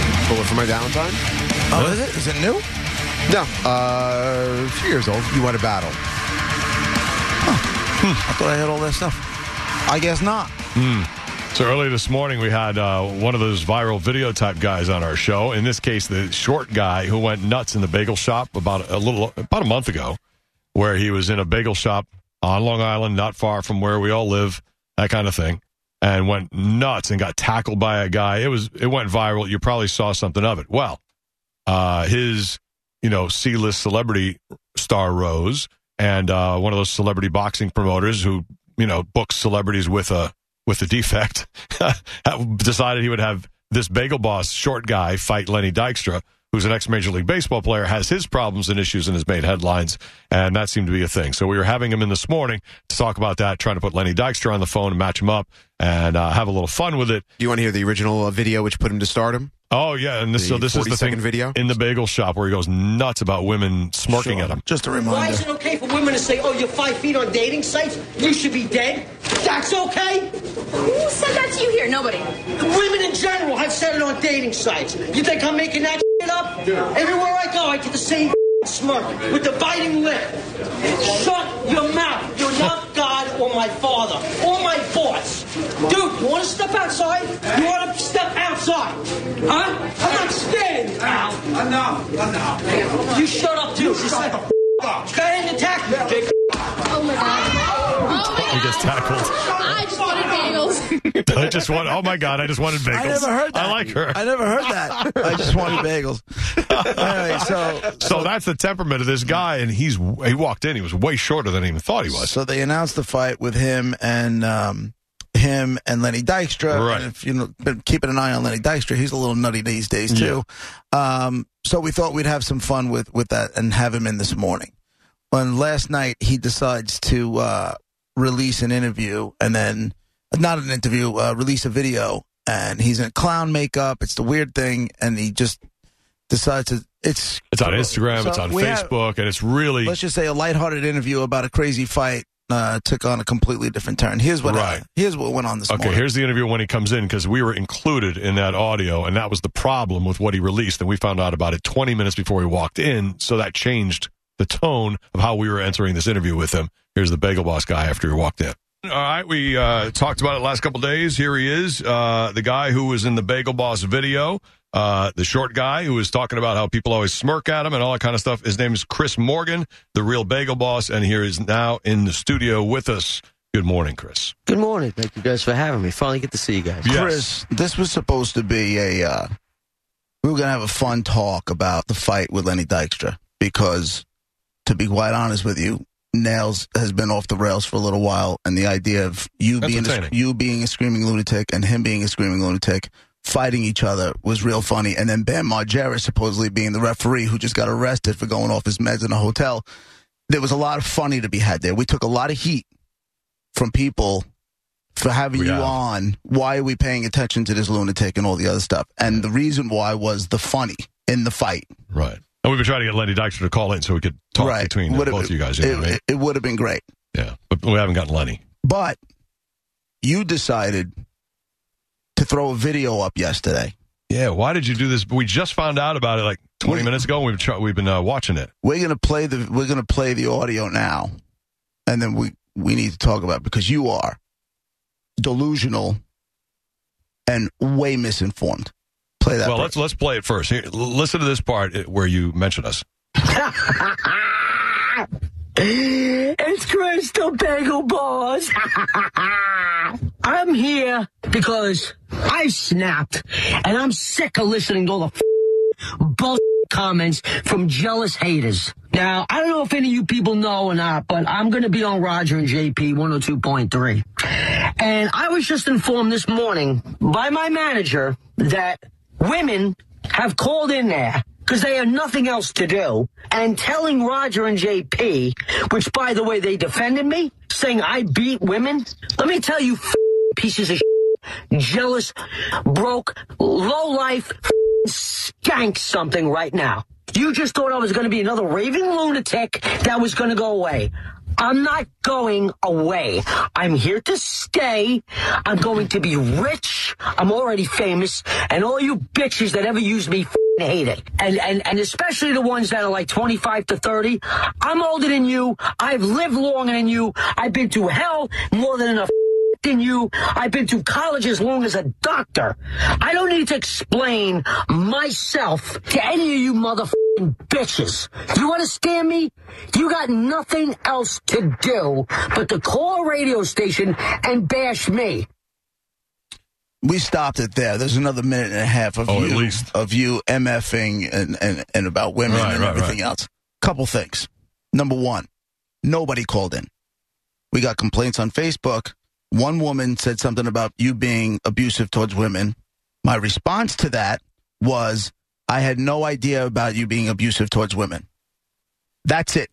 Bullet for my downtime? Oh, is it? Is it new? No. Uh, a few years old. You want a battle. I thought I had all that stuff. I guess not. So early this morning, we had uh, one of those viral video type guys on our show. In this case, the short guy who went nuts in the bagel shop about a little about a month ago, where he was in a bagel shop on Long Island, not far from where we all live, that kind of thing, and went nuts and got tackled by a guy. It was it went viral. You probably saw something of it. Well, uh, his you know C list celebrity star rose and uh, one of those celebrity boxing promoters who you know books celebrities with a with a defect decided he would have this bagel boss short guy fight Lenny Dykstra who's an ex major league baseball player has his problems and issues and has made headlines and that seemed to be a thing so we were having him in this morning to talk about that trying to put Lenny Dykstra on the phone and match him up and uh, have a little fun with it Do you want to hear the original uh, video which put him to stardom? oh yeah and this, The so this is the 40-second thing video? in the bagel shop where he goes nuts about women smirking Sure. at him Just a Why reminder. is it okay for women to say, oh, you're five feet on dating sites? You should be dead? That's okay? Who said that to you here? Nobody. Oh Women in general have said it on dating sites. You think I'm making that shit up? Everywhere I go, I get the same smirk with the biting lip. Shut your mouth. You're not God or my father or my boss. Dude, you want to step outside? You want to step outside? Huh? I'm not scared of you, pal. Enough, enough. You shut up, too. Just shut the f- up. Go ahead and attack me, big Oh my god. Oh my god. he gets tackled I just wanted bagels. I just want. Oh my god! I just wanted bagels. I never heard that. I like her. I never heard that. I just wanted bagels. Anyway, so so that's the temperament of this guy, and he's he walked in. He was way shorter than I even thought he was. so they announced the fight with him and um, him and Lenny Dykstra. Right. And if you know, been keeping an eye on Lenny Dykstra, he's a little nutty these days too. Um, so we thought we'd have some fun with with that and have him in this morning. And last night he decides to uh, release an interview and then not an interview, uh, release a video. And he's in clown makeup. It's the weird thing, and he just decides to. It's It's on Instagram. So it's on we have- Facebook, and it's really let's just say a lighthearted interview about a crazy fight uh, took on a completely different turn. Here's what Right. here's what went on this okay. morning. Here's the interview when he comes in because we were included in that audio, and that was the problem with what he released, and we found out about it 20 minutes before he walked in. So that changed the tone of how we were entering this interview with him. Here's the bagel boss guy after he walked in. All right, we uh, talked about it last couple days. Here he is, uh, the guy who was in the Bagel Boss video, uh, the short guy who was talking about how people always smirk at him and all that kind of stuff. His name is Chris Morgan, the real Bagel Boss, and here is now in the studio with us. Good morning, Chris. Good morning. Thank you guys for having me. Finally get to see you guys. Chris, this was supposed to be a uh, we were gonna have a fun talk about the fight with Lenny Dykstra because, to be quite honest with you, Nails has been off the rails for a little while, and the idea of you being a, Entertaining. you being a screaming lunatic and him being a screaming lunatic. Fighting each other was real funny, and then Bam Margera supposedly being the referee who just got arrested for going off his meds in a hotel. There was a lot of funny to be had there. We took a lot of heat from people for having We you have. on. Why are we paying attention to this lunatic and all the other stuff? And the reason why was the funny in the fight. Right. And we've been trying to get Lenny Dykstra to call in so we could talk right. between Would've- both of you guys. You know It, what I mean? it would have been great. yeah. But we haven't gotten Lenny. But you decided to throw a video up yesterday. Yeah. Why did you do this? We just found out about it like 20 We- minutes ago. And we've, tr- we've been uh, watching it. We're gonna play the we're gonna play the audio now, and then we we need to talk about it because you are delusional and way misinformed. Play that. Well, for- let's let's play it first. Here, l- listen to this part uh, where you mention us. It's Crystal Bagel Boss. I'm here because I snapped and I'm sick of listening to all the f- bullshit comments from jealous haters. Now, I don't know if any of you people know or not, but I'm going to be on Roger and JP 102.3. And I was just informed this morning by my manager that women have called in there because they have nothing else to do and telling Roger and JP, which by the way, they defended me, saying I beat women. Let me tell you, f- pieces of shit, jealous, broke, low life, skank something right now. You just thought I was going to be another raving lunatic that was going to go away. I'm not going away. I'm here to stay. I'm going to be rich. I'm already famous. And all you bitches that ever use me f***ing hate it. And, and, and especially the ones that are like 25 to 30. I'm older than you. I've lived longer than you. I've been to hell more than enough than you. I've been to college as long as a doctor. I don't need to explain myself to any of you motherfucking bitches. Do you understand me? You got nothing else to do but to call a radio station and bash me. We stopped it there. There's another minute and a half of Oh, at you least. of you mfing and, and, and about women Right, and right, everything else. Couple things. Number one, nobody called in. We got complaints on Facebook. One woman said something about you being abusive towards women. My response to that was, I had no idea about you being abusive towards women. That's it.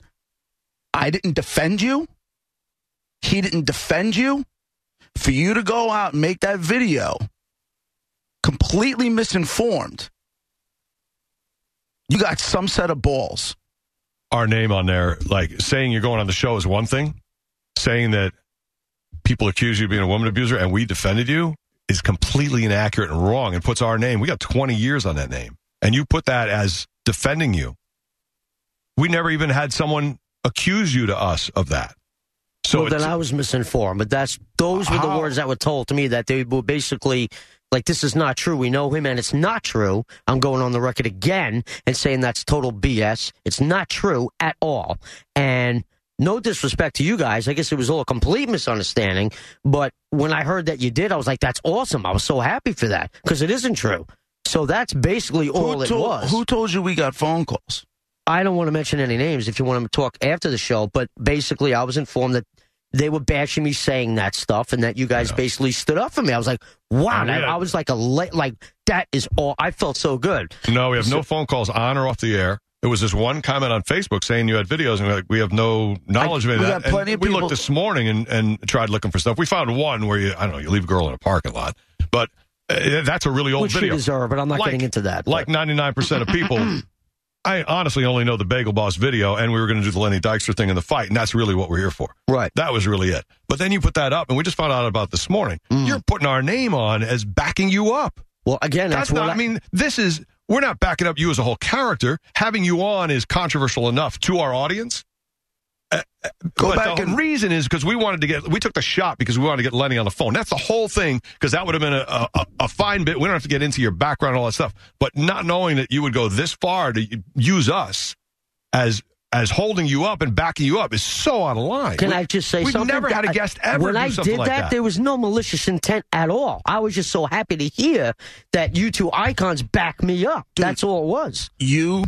I didn't defend you. He didn't defend you. For you to go out and make that video completely misinformed, you got some set of balls. our name on there, like saying you're going on the show is one thing. Saying that people accuse you of being a woman abuser and we defended you is completely inaccurate and wrong and puts our name. We got 20 years on that name. And you put that as defending you. We never even had someone accuse you to us of that. So well, then it's- I was misinformed, but that's those were the How- words that were told to me that they were basically like, "This is not true. We know him, and it's not true." I'm going on the record again and saying that's total BS. It's not true at all. And no disrespect to you guys, I guess it was all a complete misunderstanding. But when I heard that you did, I was like, "That's awesome!" I was so happy for that because it isn't true. So that's basically all who, it told, was. who told you we got phone calls? I don't want to mention any names if you want to talk after the show, but basically, I was informed that they were bashing me saying that stuff and that you guys basically stood up for me. I was like, wow. And we I, had- I was like, a la- like that is all. I felt so good. No, we have no phone calls on or off the air. It was this one comment on Facebook saying you had videos, and we're like, we have no knowledge of any of we that. got And plenty of we people- looked this morning and, and tried looking for stuff. We found one where you, I don't know, you leave a girl in a parking lot, but uh, that's a really old Which you video. deserve, but I'm not Like- getting into that. Like but- ninety nine percent of people, I honestly only know the Bagel Boss video, and we were going to do the Lenny Dykstra thing in the fight, and that's really what we're here for. right. That was really it. But then you put that up, and we just found out about this morning. Mm. You're putting our name on as backing you up. Well, again, that's, That's not. what I, mean, this is. We're not backing up you as a whole character. Having you on is controversial enough to our audience. Uh, uh, Go but back the and- reason is because we wanted to get we took the shot because we wanted to get Lenny on the phone. That's the whole thing because that would have been a, a, a- a fine bit. We don't have to get into your background and all that stuff. But not knowing that you would go this far to u- use us as as holding you up and backing you up is so out of line. Can We- I just say we've something? never had a guest ever When do I something did like that, that. there was no malicious intent at all. I was just so happy to hear that you two icons back me up. That's all it was. You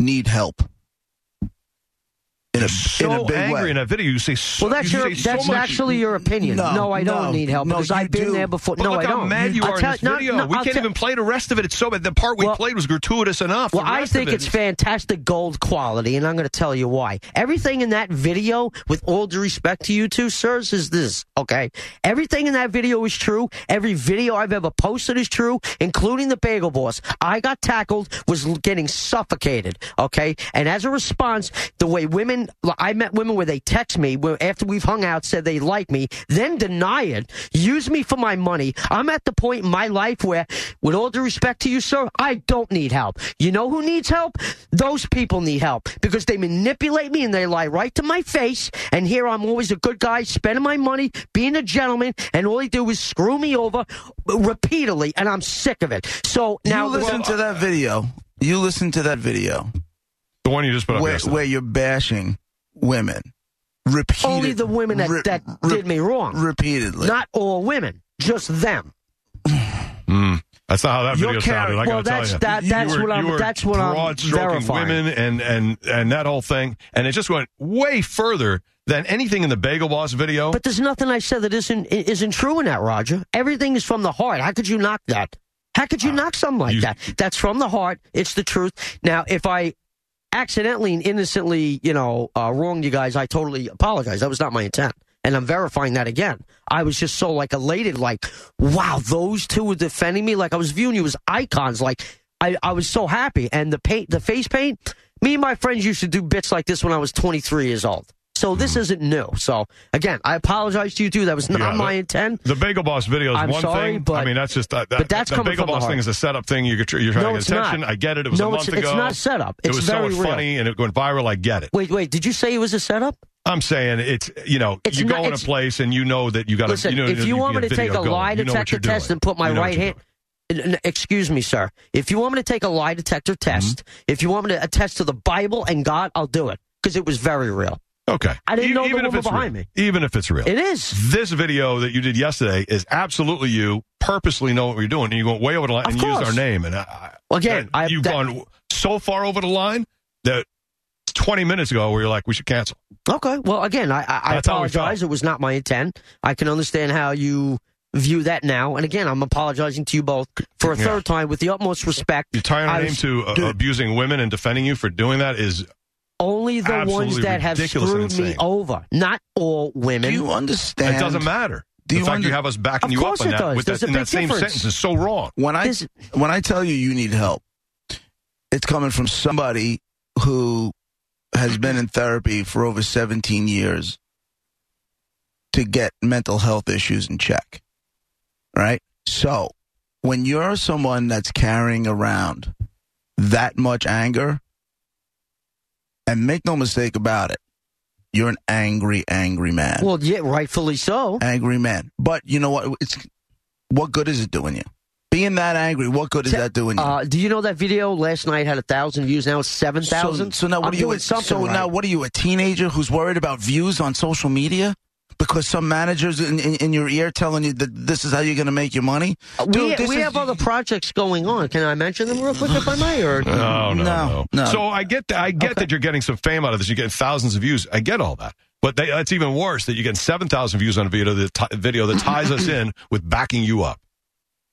need help. In a, so in a big angry way. in that video. You say so, Well, that's you your say so that's much- actually your opinion. No, No, I don't no, need help no, because you I've been do. there before. But no, look I don't. how mad you I'll are tell- in this no, video. no, we I'll can't tell- even play the rest of it. It's so bad. The part we Well- played was gratuitous enough. Well, The I rest think of it it's is- fantastic gold quality, and I'm going to tell you why. Everything in that video, with all due respect to you two, sirs, is this, okay? Everything in that video is true. Every video I've ever posted is true, including the bagel boss. I got tackled, was l- getting suffocated, okay? And as a response, the way women, I met women where they text me where after we've hung out, said they like me, then deny it, use me for my money. I'm at the point in my life where, with all due respect to you, sir, I don't need help. You know who needs help? Those people need help because they manipulate me and they lie right to my face. And here I'm always a good guy, spending my money, being a gentleman, and all they do is screw me over repeatedly, and I'm sick of it. So now, you listen to that video. You listen to that video the one you just put up. where, yesterday. where you're bashing women. Repeated, only the women that, re- that re- did me wrong, repeatedly. not all women, just them. Mm. That's not how that Your video sounded. I character- gotta tell well, that's- you. that- You that's were- what you I'm- were that's what I'm broad stroking verifying. Women and and and that whole thing, and it just went way further than anything in the Bagel Boss video. But there's nothing I said that isn't i- isn't true in that, Roger. Everything is from the heart. How could you knock that? How could you knock something like you- that? That's from the heart. It's the truth. Now, if I accidentally and innocently, you know, uh, wronged you guys, I totally apologize. That was not my intent. And I'm verifying that again. I was just so like elated, like, wow, those two were defending me. Like I was viewing you as icons. Like I, I was so happy. And the paint, the face paint, me and my friends used to do bits like this when I was 23 years old. So this isn't new. So again, I apologize to you too. That was not Hmm. Yeah, my the- intent. The Bagel Boss video is I'm one sorry, thing. but- I mean, that's just that. that but that's the coming Bagel from the Boss heart. thing is a setup thing. You're, you're trying No, to it's get attention. not. I get it. It was No, a month it's- it's ago. not a setup. it It's was very so real. funny and it went viral. I get it. Wait, wait. Did you say it was a setup? I'm saying it's you know It's you not- go in a it's- place and you know that you got to. Listen, you know, if you, want me get to take a video going. lie You know what detector you're doing. test and put my You know what right you're hand. doing. N- n- Excuse me, sir. If you want me to take a lie detector test, Mm-hmm. if you want me to attest to the Bible and God, I'll do it because it was very real. Okay, I didn't E- know the even if woman it's behind real. me. Even if it's real, It is. this video that you did yesterday is absolutely you purposely know what you're doing and you went way over the line Of and used course. our name and I, I, Again, that- I- you've that- gone so far over the line that 20 minutes ago where you're like we should cancel Okay. Well, again, I, I, I That's how we apologize. It felt. was not my intent. I can understand how you view that now. And again, I'm apologizing to you both for a Yeah. third time with the utmost respect. you're tying our I name was- to uh, abusing women and defending you for doing that is only the ones absolutely that have ridiculous and screwed me insane. over, not all Do women. you understand? it doesn't matter do the you fact under- you have us backing Of you course up on it that does. with There's that, a in big that same difference. sentence is so wrong When I This- when I tell you you need help, it's coming from somebody who has been in therapy for over 17 years to get mental health issues in check. Right? So, when you're someone that's carrying around that much anger, and make no mistake about it, you're an angry, angry man well, yeah, rightfully so. angry man. But you know what? It's what good is it doing you? Being that angry, what good is Te- that doing you? Uh, do you know that video last night had a thousand views? Now it's seven thousand. So, so now what I'm are you? doing? Something so right. now what are you? A teenager who's worried about views on social media? Because some managers in, in, in your ear telling you that this is how you're going to make your money. Uh, we Dude, this we is- have other projects going on. Can I mention them real quick if I may? Or No, no, No, no. no. So I get that. I get that you're getting some fame out of this. You're getting thousands of views. I get all that. But they, that's even worse that you get seven thousand views on a video that ti video that ties us in with backing you up.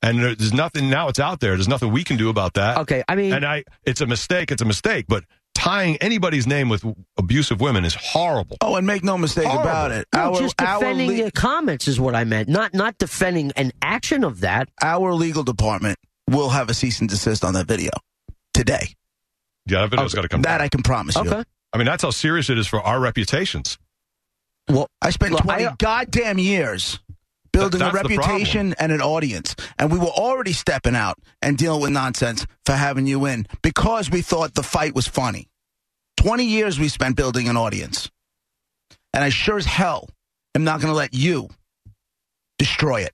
And there- there's nothing now. It's out there. There's nothing we can do about that. okay, I mean, And I, it's a mistake. It's a mistake. But tying anybody's name with abusive women is horrible. Oh, and make no mistake Horrible. about it. No, our just our, defending le- your comments is what I meant. Not not defending an action of that. our legal department will have a cease and desist on that video today. Yeah, that Oh, video's got to come. That down. I can promise you. Okay. I mean, that's how serious it is for our reputations. Well, I spent Look, 20 I- goddamn years building Th- a that's the reputation and an audience. And we were already stepping out and dealing with nonsense for having you in because we thought the fight was funny. 20 years we spent building an audience. And I sure as hell am not going to let you destroy it.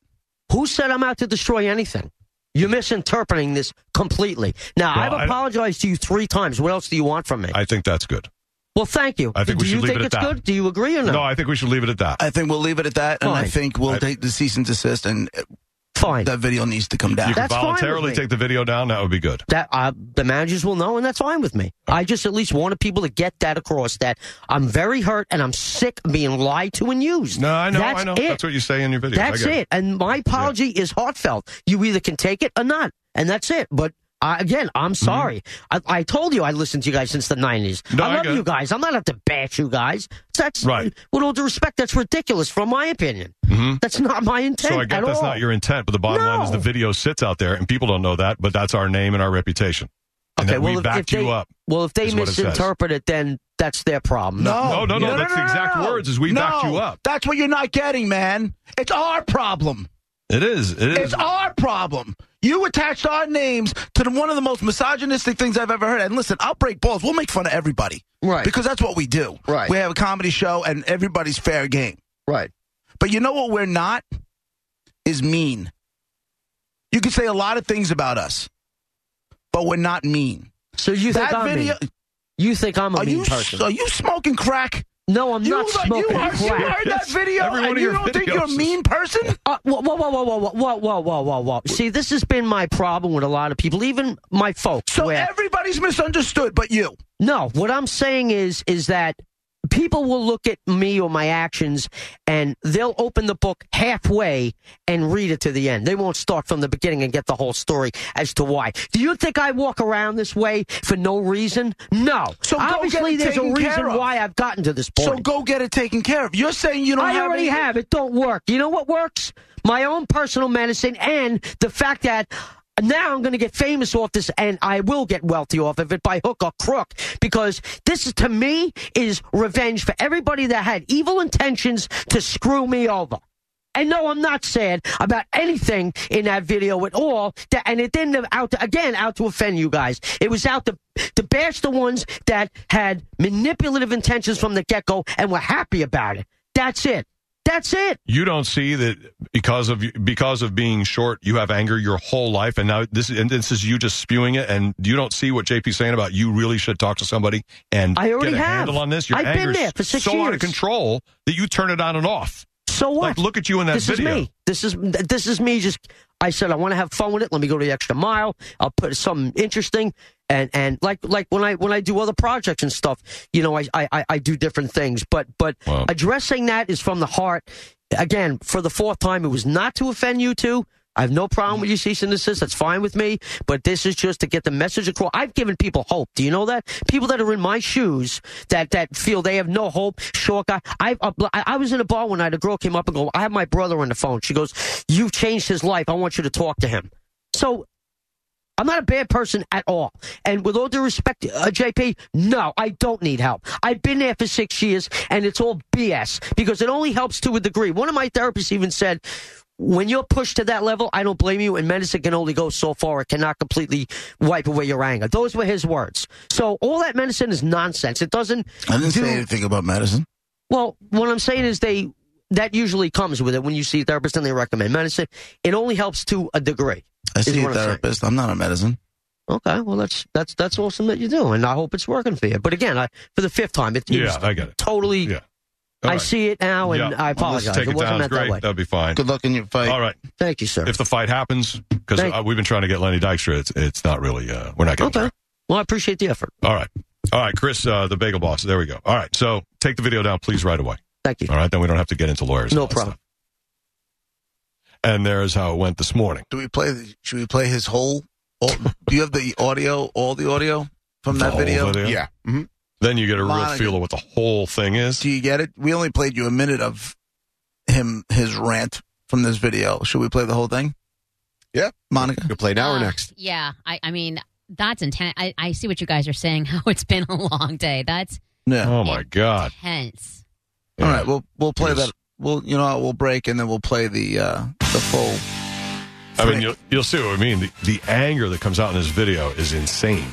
who said I'm out to destroy anything? You're misinterpreting this completely. Now Well, I- I've apologized to you three times. What else do you want from me? I think that's good. well, thank you. I think do we you should leave think it at it's that. good? Do you agree or no? No, I think we should leave it at that. I think we'll leave it at that. And I Fine. think we'll I- take the cease and desist. And uh, Fine. that video needs to come down. you can Uh, that's fine with voluntarily me. take the video down. That would be good. that uh, the managers will know, and that's fine with me. I just at least wanted people to get that across that I'm very hurt and I'm sick of being lied to and used. No, I know. That's I know. It. That's what you say in your videos. I That's get it. And my apology is heartfelt. You either can take it or not, and that's it. But uh, again, I'm sorry. I, I told you I listened to you guys since the '90s. Mm-hmm. No, I I love get it. you guys. I'm not out to bash you guys. That's Right. Mm-hmm. With all due respect, that's ridiculous. From my opinion, that's not my intent So I get at that's all. not your intent, but the bottom line is the No. video sits out there, and people don't know that, but that's our name and our reputation. And that we backed they, you up. Well, if they is what it says. misinterpret it, then that's their problem. No, no, no. Yeah. that's the exact words is we no, backed you up. That's what you're not getting, man. It's our problem. It is. It It's our problem. You attached our names to the, one of the most misogynistic things I've ever heard. And listen, I'll break balls. We'll make fun of everybody. Right. Because that's what we do. Right. We have a comedy show and everybody's fair game. Right. But you know what we're not? Is mean. You can say a lot of things about us, but we're not mean. So you think that I'm video. mean. You think I'm a Are mean you, person. are you smoking crack? no, I'm you, not smoking you, are, you crack. heard that video Every one and of you your don't think videos you're a is- mean person? Uh, whoa, whoa, whoa, whoa, whoa, whoa, whoa, whoa, whoa, whoa. See, this has been my problem with a lot of people, even my folks. So where, everybody's misunderstood but you. no, what I'm saying is, is that people will look at me or my actions and they'll open the book halfway and read it to the end. They won't start from the beginning and get the whole story as to why. Do you think I walk around this way for no reason? No. So go get obviously it there's a taken reason care of. why I've gotten to this point. So go get it taken care of. You're saying you don't I have already any- have. It don't work. You know what works? My own personal medicine and the fact that now I'm going to get famous off this, and I will get wealthy off of it by hook or crook, because this is, to me is revenge for everybody that had evil intentions to screw me over. And no, I'm not sad about anything in that video at all. That, and it didn't have out to, again out to offend you guys. It was out to to bash the ones that had manipulative intentions from the get go and were happy about it. That's it. That's it. You don't see that because of because of being short, you have anger your whole life, and now this and this is you just spewing it, and you don't see what JP's saying about you really should talk to somebody and I already get a have. handle on this. Your I've been anger's there for six so out of years. control that you turn it on and off. So what? Like, look at you in that this video. is me. This is this is me. Just I said I want to have fun with it. Let me go to the extra mile. I'll put something interesting and and like like when I when I do other projects and stuff, you know, I I I- I do different things. But but Wow. addressing that is from the heart. Again, for the fourth time, it was not to offend you two. I have no problem with you cease and desist. That's fine with me. But this is just to get the message across. I've given people hope. Do you know that? People that are in my shoes that, that feel they have no hope. Short guy. I, uh, I, I was in a bar one night. A girl came up and go, I have my brother on the phone. She goes, you've changed his life. I want you to talk to him. So I'm not a bad person at all. And with all due respect, uh, JP, no, I don't need help. I've been there for six years, and it's all BS because it only helps to a degree. One of my therapists even said, when you're pushed to that level, I don't blame you, and medicine can only go so far. It cannot completely wipe away your anger. Those were his words. So all that medicine is nonsense. It doesn't. I didn't do- say anything about medicine. well, what I'm saying is they that usually comes with it when you see a therapist and they recommend medicine. It only helps to a degree. I is see a what I'm saying. therapist. I'm not a medicine. Okay, well that's that's that's awesome that you do, and I hope it's working for you. But again, I, for the fifth time, it, it Yeah, was I get it. totally. Yeah. I All right. see it now, and Yeah. I Well, apologize. Let's take it, wasn't down. It's meant that great. way. That'd be fine. Good luck in your fight. All right. Thank you, sir. If the fight happens, because Thank- uh, we've been trying to get Lenny Dykstra, it's, it's not really, uh, we're not getting okay. there. Well, I appreciate the effort. All right. All right, Chris, uh, the bagel boss. There we go. All right. So take the video down, please, right away. Thank you. All right. Then we don't have to get into lawyers. and No all that problem. stuff. And there's how it went this morning. Do we play? the- Should we play his whole? All, do you have the audio? All the audio from The that whole video? Yeah. Mhm. Then you get a real Monitor. feel of what the whole thing is. Do you get it? We only played you a minute of him his rant from this video. Should we play the whole thing? Yeah. Monica. You'll play now or Uh, next. Yeah, I, I mean that's intense. I, I see what you guys are saying. How it's been a long day. That's Yeah. Oh, my God. tense. All right. We'll we'll play Yes. that. We'll you know what, we'll break and then we'll play the uh the full. I mean, you'll, you'll see what I mean. The, the anger that comes out in this video is insane.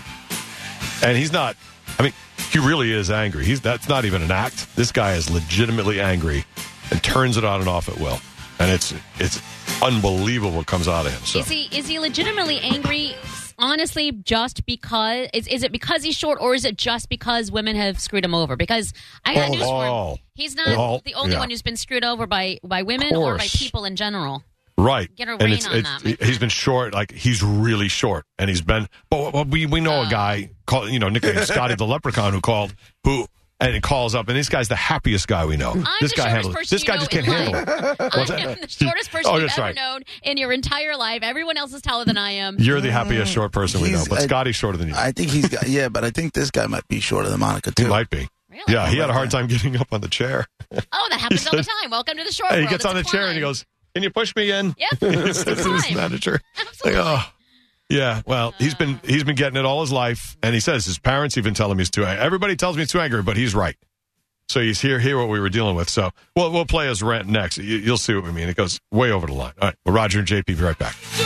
And he's not, I mean, he really is angry. He's That's not even an act. This guy is legitimately angry and turns it on and off at will. And it's it's unbelievable what comes out of him. So Is he is he legitimately angry? Honestly, just because is, is it because he's short, or is it just because women have screwed him over? Because I got Oh, news for oh. him. He's not Oh, the only yeah. one who's been screwed over by by women or by Course. people in general. right, Get a and rein it's, on it's- that, man. he's been short. Like he's really short, and he's been. But but we we Uh. know a guy called you know nicknamed Scotty the Leprechaun who called who and he calls up, and this guy's the happiest guy we know. I'm this the guy shortest handles. person This you guy know just in can't handle it. life. I am the shortest person Oh, you've that's ever right. known in your entire life. Everyone else is taller than I am. You're the happiest short person we know, He's- but I- Scotty's shorter than you. I think he's got yeah, but I think this guy might be shorter than Monica he too. might be. Really? Yeah, he had a hard time getting up on the chair. Oh, that happens all the time. Welcome to the short And he world. gets It's on a the chair and he climb. goes, "Can you push me in?" Yep. He says to his Fine. manager. Like, Absolutely. oh. Yeah, well, he's been he's been getting it all his life, and he says his parents even tell him he's too. angry. Everybody tells me he's too angry, but he's right. So he's here. Hear what we were dealing with. So we'll we'll play his rant next. You, you'll see what we mean. It goes way over the line. All right, well, Roger and JP be right back. Do